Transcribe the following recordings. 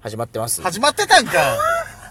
始まってます。始まってたんか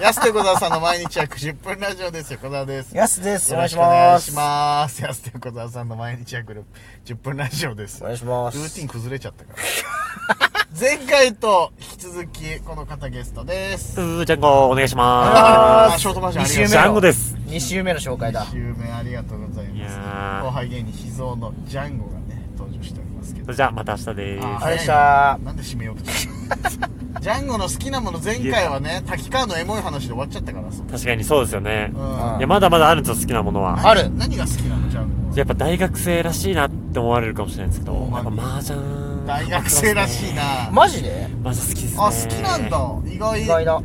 安手小沢さんの毎日約10分ラジオですよ、小沢です。やすです。お願よろいししくお願まいす。します。安手小沢さんの毎日約10分ラジオです。お願いしまルーテす。ィン崩れちゃったから。前回と引き続き、この方ゲストです。うーちゃんこ、お願いしあまーショートバージョンありす。がジとャンゴです。す。2週目の紹介だう。。有名ありがとうございいます。や後輩芸人、秘蔵のジャンゴがね、登場しておりますけー。ど。じゃあ、また明日でああーーす。りがとうございましたなんで締めようとしたのジャンゴの好きなもの前回はね、滝川のエモい話で終わっちゃったからさ。確かにそうですよね。うんいや、まだまだあるんですよ、好きなものは。ある何が好きなのジャンゴはやっぱ大学生らしいなって思われるかもしれないんですけど、おやっぱ麻雀。大学生らしいな、マジで麻雀好きですね。あ好きなんだ意外意外だ。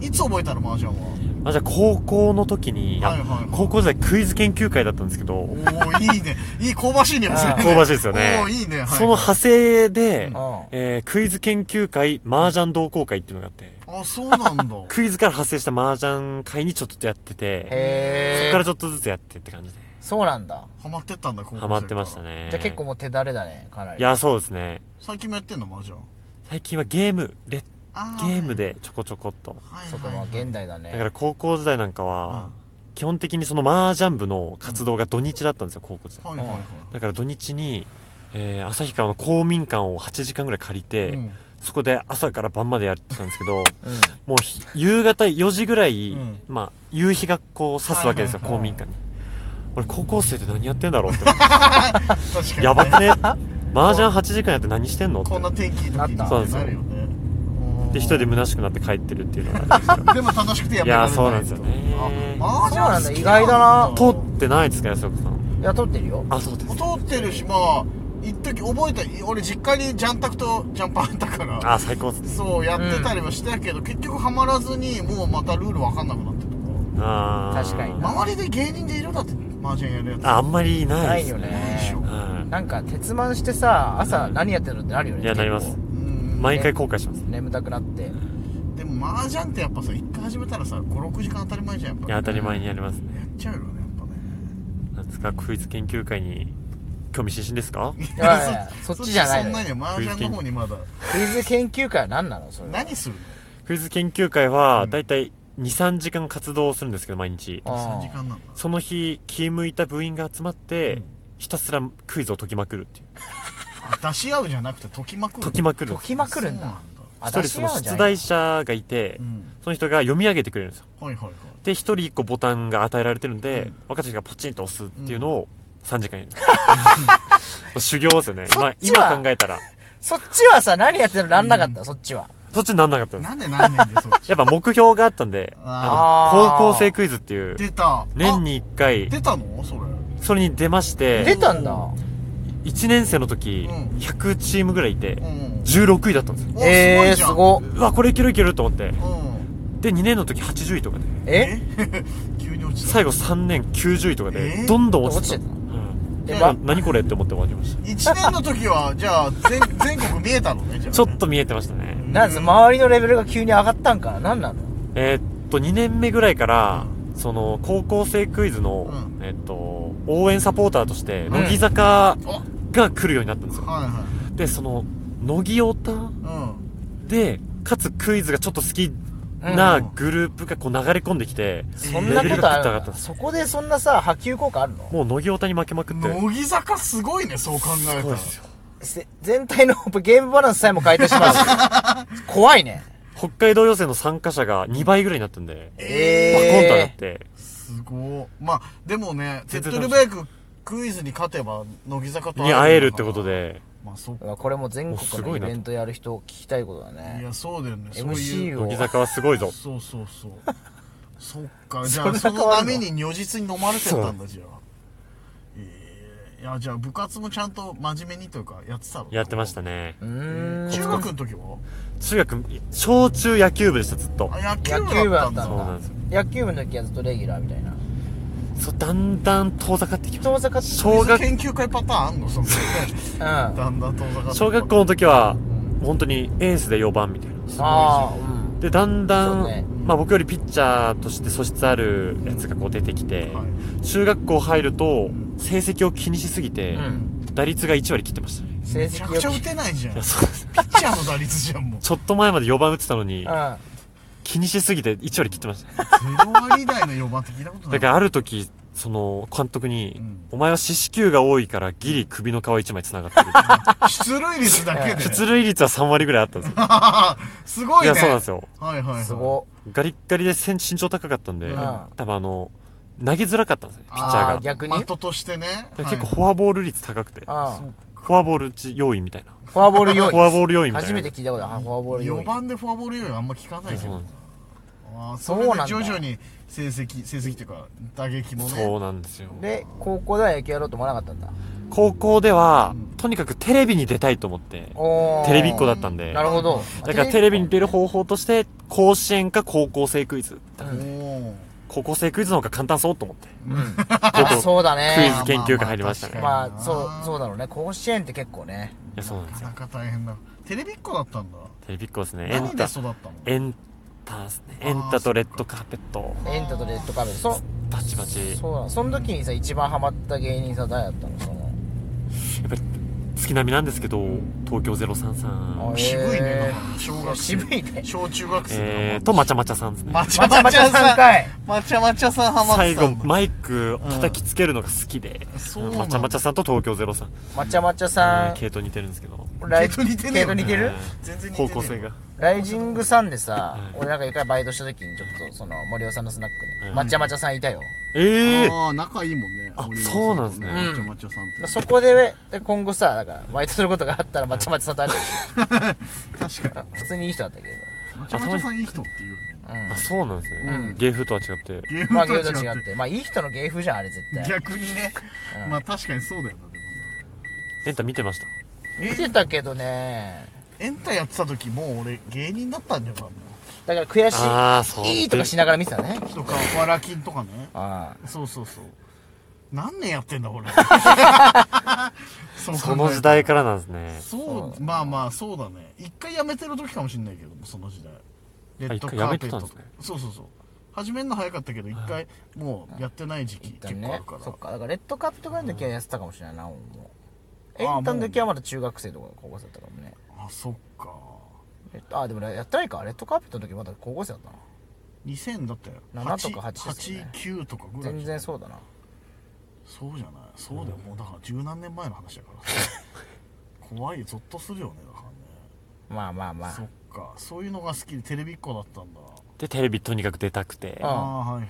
いつ覚えたの麻雀は麻雀高校の時に、あはいはいはい高校時代クイズ研究会だったんですけおど、おいいねいい香ばしい匂いするね香ばしいですよねおおいいね、はい、その派生でうん、えークイズ研究会、麻雀同好会っていうのがあって、あそうなんだクイズから発生した麻雀会にちょっとやってて、そへこえから。ちょっとずつやってって感じで。そうなんだ。ハマってったんだ高校生ハマってましたね。じゃあ結構もう手だれだね、かないり。や、そうですね。最近もやってんの麻雀最近はゲーム、レあゲームででちょこちょこっと。はいそうか、まあはい現代だだかね。ら高校時代なんかは、基本的にその麻雀部の活動が土日だったんですよ、高校時は代。いはいはだから土日に、えー、旭川の公民館を8時間ぐらい借りい、て、うんそこで朝から晩までやってたんですけど、うん。もうひ夕方4時ぐらい、うんまあ、夕日がこう差すわけですよ、はいはいは公い民館に。俺高校生って何やってんだろうって思っ確かに、て。やば くね麻雀8時間やって何してんのってこん。な天気いい時になったそうなんですよなるよねおーで、一人で虚しくなって帰ってるっていうのがある んですけど。でも楽しくてやめられないいやそうなんですよねあ麻雀好きそうなんだ意外だな通ってないですか安岡さんいや、撮ってるよ。あそうです通ってるしまあ一時覚えた俺実家にジャンタクとジャンパンあったからあ最高っすねそうやってたりはしてたけど、結局ハマらずにもうまたルール分かんなくなってとかあー確かにな周りで芸人でいるだって麻雀やるやつああんまりなないいですよねないでしねょ。はなんか、鉄腕してさ、朝何やってるのってなるよね。いいやなります結構うん毎回後悔します眠たくな って。でも麻雀ってやっぱさ一回始めたらさ56時間当たり前じゃんやっいぱやや当たり前にやりますねっちゃうよねやっぱねなんですかクイズ研究会に興味津々で すかいやいやいやそっちじゃないそのんなよ。に麻雀の方にまだクイズ研究会は何なのそれ。何するのクイズ研究会はだいたい23時間活動するんですけど毎日あー3時間なんだその日気向いた部員が集まってひたすらクイズを解きまくるっていうあ出し合うじゃなくて解きまくる解きまくる解きまくるんそうだ。なんだあ、一人出そしの合うんじゃな出い題者がいてうんその人が読み上げてくれるんですよはいはいはいで、一人一個ボタンが与えられてるんで、うん若手がポチンと押すっていうのを3時間 やる。 修行ですよね。まそあっ、ちは今考えたら、そっちはさ、何やってるのなんなかった、そっちは。そっちになんなかったんです。なんで何年でそっち やっぱ目標があったんで、ああーの、高校生クイズっていう、出た年あに1回、出たのそれそれに出まし出て、たんだ。 1年生の時うん、 100チームぐらいいてう、ん16位だったんですよ。おえー、じすゃんご。うわ、これいけるいけると思って。うんで、2年の時80位とかで、え 急に落ちた最後3年90位とかえで、ーどんどん落ちてた。落うんえうばわ何これって思って終わりました。 1年の時はじゃあ 全全国見えたのねじゃあねちょっと見えてましたね。なんす、周りのレベルが急に上がったんかな何なのえーっと、2年目ぐらいから、その、高校生クイズの、うえーっと、応援サポーターとして、ん乃木坂あが来るようになったんですよ。はいはいで、その、乃木オタうんで、かつクイズがちょっと好きなグループがこう流れ込んできて、そんなレこベルとがぐっと上あがったるんですそこでそんなさ、波及効果あるのもう乃木オタに負けまくって。乃木坂すごいねそう考えたそうらですよ。せ全体の ゲームバランスさえも変えてし まう。怖いね。北海道予選の参加者が2倍ぐらいになったんで、バコンと上がえって、すごいまあでもね手っ全然取り早くクイズに勝てば乃木坂とに会えるってことで、まあそっーかうわこれもう全おす国のごイいなベントやる人聞きたいことだいね。やそうだよねそういう MC 乃木を。坂はすごいぞ。そうそうそうそっかじゃそんあなその変わるの波に如実に飲まれてたんだじゃあえーいやじゃあ部活もちゃんと真面目にというかやってたのやってましたね。うーん。中学の時は中学、小中野球部でした、ずっと。あ野球野球部部だだったっんだたそうなんんですよだ。野球部の時はずっとレギュラーみたいな。そう、だんだん遠ざかってきました。遠ざかって小学、研究会パターンあんのそのうん。あだんだん遠ざかって小学校の時は、本当にエースで4番みたいな。あー、うん。で、だんだそん、うねまあ僕よりピッチャーとして素質あるやつがこう出てきて、は中学校入ると、成績を気にしすぎて、うん打率が1割切ってましたね。 成めちゃ績くよちゃく打てないじゃんいピやッそうですチャーの打率じゃんもうちょっと前まで4番打ってたのに、うん気にしすぎて1割切ってました。 0割台の4番って聞いたことなだいからある時、その、監督に、うんお前は四死球が多いからギリ首の皮1枚繋がってる。出塁率だけで 出塁率は3割ぐらいあったんですよ。 すごいいねや、そうなんですよ。はいはいはいすごガリッガリで身身長高かったんで、うん多分あの、投げづらかったんですね、ピッチャーあが。あー逆に的としてねで結構はいフォアボール率高くて、あそうフォアボール要因みたいな。フォアボールフ用意ォアボール要因みたい初な。めて聞いたことあるフォアボール用4意番でフォアボールよりあんま聞かないけそうなどんですあーそれそうでなんだ徐々に成績成績っていうか打撃もそねうなんですよ。で高校では野球やろうと思わなかったんだ高校ではうん、とにかくテレビに出たいと思って、おーテレビっ子だったんで、なるほどだからテレビに出る方法として、甲子園か高校生クイズ。うおんー高校生クイズの方が簡単そうと思って。あそうだクイズね研究会入りましたね。いまあや、まあそうそうだろうね甲子園って結構ねそうなんなですかよ。なか大変だテレビっ子だったんだテレビっ子ですね。エン何でタ、育ったのエンタですね。エンタとレッドカーペット。エンタとレッドカーペットそバチバチ。やそうなのその時にさ一番ハマった芸人さ誰だったのそのっぱり、月並みなんですけど、東京033。あ渋いねえなんか小ー学生渋いね小中学生えーと、まちゃまちゃさんですね。まちまゃちゃままちちゃゃささんんかいまちゃまちゃさんハマって最たん後だ、マイク叩きつけるのが好きで、そうなんだまちゃまちゃさんと東京03、まちゃまちゃえさー、ん系統似てるんですけどライ系統似て系ねえよ統似てる全然似てね方え向性がライジングさんでさうん俺なんか一回バイトした時にちょっとその森尾さんのスナックうでんまちゃまちゃさんいたよええー、ああ、仲いいもんね。あ森のそうなんですねまちゃまちゃさんって。そこでで今後さだからバイトすることがあったらまちゃまちゃさんと会って確か普通にいい人だったけにまちゃまちゃさんいい人っていうどうんあそうなんですね、芸風とは違ってゲーまあム芸ととは違違っっててまあいい人の芸風じゃんあれ絶対逆にねうんまあ確かにそうだよなでもエンタ見てました見てたけどねエンタやってた時もう俺芸人だったんだよ多分だから悔あーそうしいいいとかしながら見てたねとかわらきんとかねああそうそうそう何年やってんだ俺 そその時代かからなんですねそうまあまあそうだね一回やめてる時かもしんないけどもその時代レ一回やめてたんですねそうそうそう始めるの早かったけど一回もうやってない時期だ結構あねるからそっかだからレッドカーペットぐらいの時はやってたかもしれないな俺もあエーンタの時はまだ中学生とか高校生だったかもねあそっかレッドあーでもやってないかレッドカーペットの時まだ高校生だったな2000だったよ7とか8ですよね89とかぐらい全然そうだなそうじゃないそうだよ、もうだから十何年前の話だから 怖いよゾッとするよねだかまあまあまらねあそっかそういうのが好きでテレビっ子だったんだでテレビとにかく出たくてあああーはいはい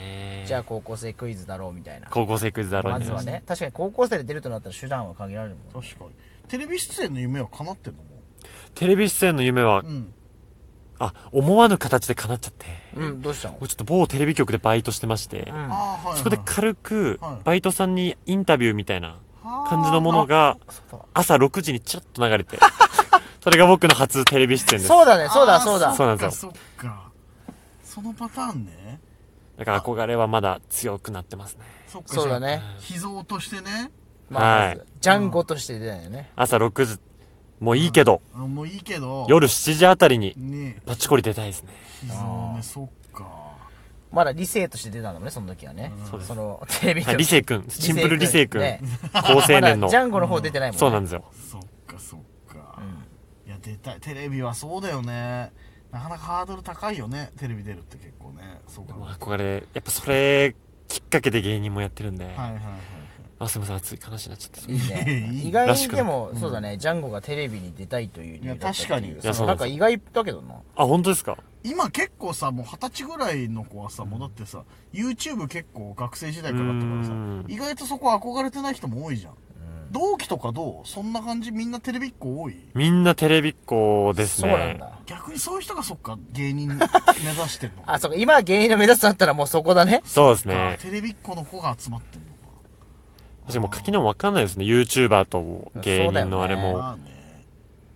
えーじゃあ高校生クイズだろうみたいな高校生クイズだろうまにずはね確かに高校生で出るとなったら手段は限られるもんはい確かにテレビ出演の夢は叶ってんのもテレビ出演の夢は、ううんあ思わぬ形で叶っちゃってうんどうしたの僕ちょっと某テレビ局でバイトしてまして、うんああはい、はい、そこで軽くはいバイトさんにインタビューみたいな感感じのものがそうだ朝6時にチラッと 流れてそれが僕の初テレビ出演ですそうだねそうだそうだそうなんですそっかそのパターンねだから憧れはまだ強くなってますねそっかそうだねじゃあ秘蔵としてねまあ、はいジャンゴとして出ないよね。朝6時もういいけど、あもういいけど夜7時あたりにねバチコリ出たいですね秘蔵ねそっかまだ理性として出たんだもんね、その時はね。そうですその、テレビはい理性くんシンプル理性くん、ね 高青ま年だのジャンゴの方出てないもんね。そうなんですよそっかそっか、いや出たいテレビはそうだよねなかなかハードル高いよねテレビ出るって結構ねそうかもうは憧れやっぱそれきっかけで芸人もやってるんで、いはいはいはいあすいません熱い話になっちゃったいい ねいい意外らしにくでも、そうだね、ジャンゴがテレビに出たいという理由だったっていういや確かにそういやそうななんんでかすよ意外だけどな。あ本当ですか今結構さもう二十歳ぐらいの子はさもうだってさ YouTube 結構学生時代からだったからさうん意外とそこ憧れてない人も多いじゃん、同期とかどうそんな感じみんなテレビっ子多いみんなテレビっ子ですそうねなんだ。逆にそういう人がそっか芸人目指してんのあ、そうか、今芸人の目指すとなったらもうそこだね。そうです ねテレビっ子の子が集まってんのか確かにもう書きのわかんないですね YouTuber と芸人のあれも、まあね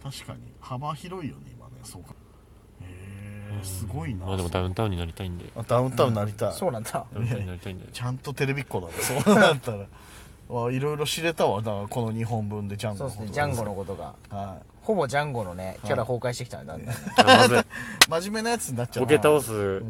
確かに幅広いよね今ねそうかへえすごいなまあでもダウンタウンになりたいんでダウンタウンなりたい、そうなんだ。ダウンタウンになりたいんでちゃんとテレビっ子だねそうなったら わいろいろ知れたわだからこの日本文でジャンゴそうのでこすとね、ジャンゴのことが。はほぼジャンゴのね、キャラ崩壊してきたんだんだんね。あまずいい真面目なやつになっちゃうボケ倒す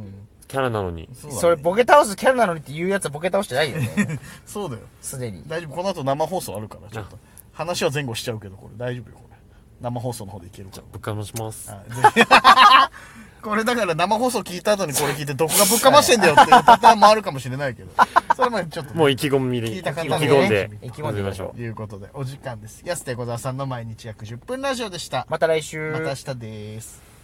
キャラなのに、そうだねそれボケ倒すキャラ なのにって言うやつはボケ倒してないよね。そうだよすでに。大丈夫この後生放送あるからちょっと話は前後しちゃうけど、これ大丈夫よ、これ。生放送の方でいけるかぶっかましますら。はいぜひ これだから生放送聞いた後にこれ聞いて、どこがぶっかましてんだよっていうパターンもあるかもしれないけど。それまでちょっとね、もう意気込みで聞意い気た方もね込んで意気込飲んでみましょということで、お時間です。安手小沢さんの毎日約10分ラジオでした。また来週。また明日です。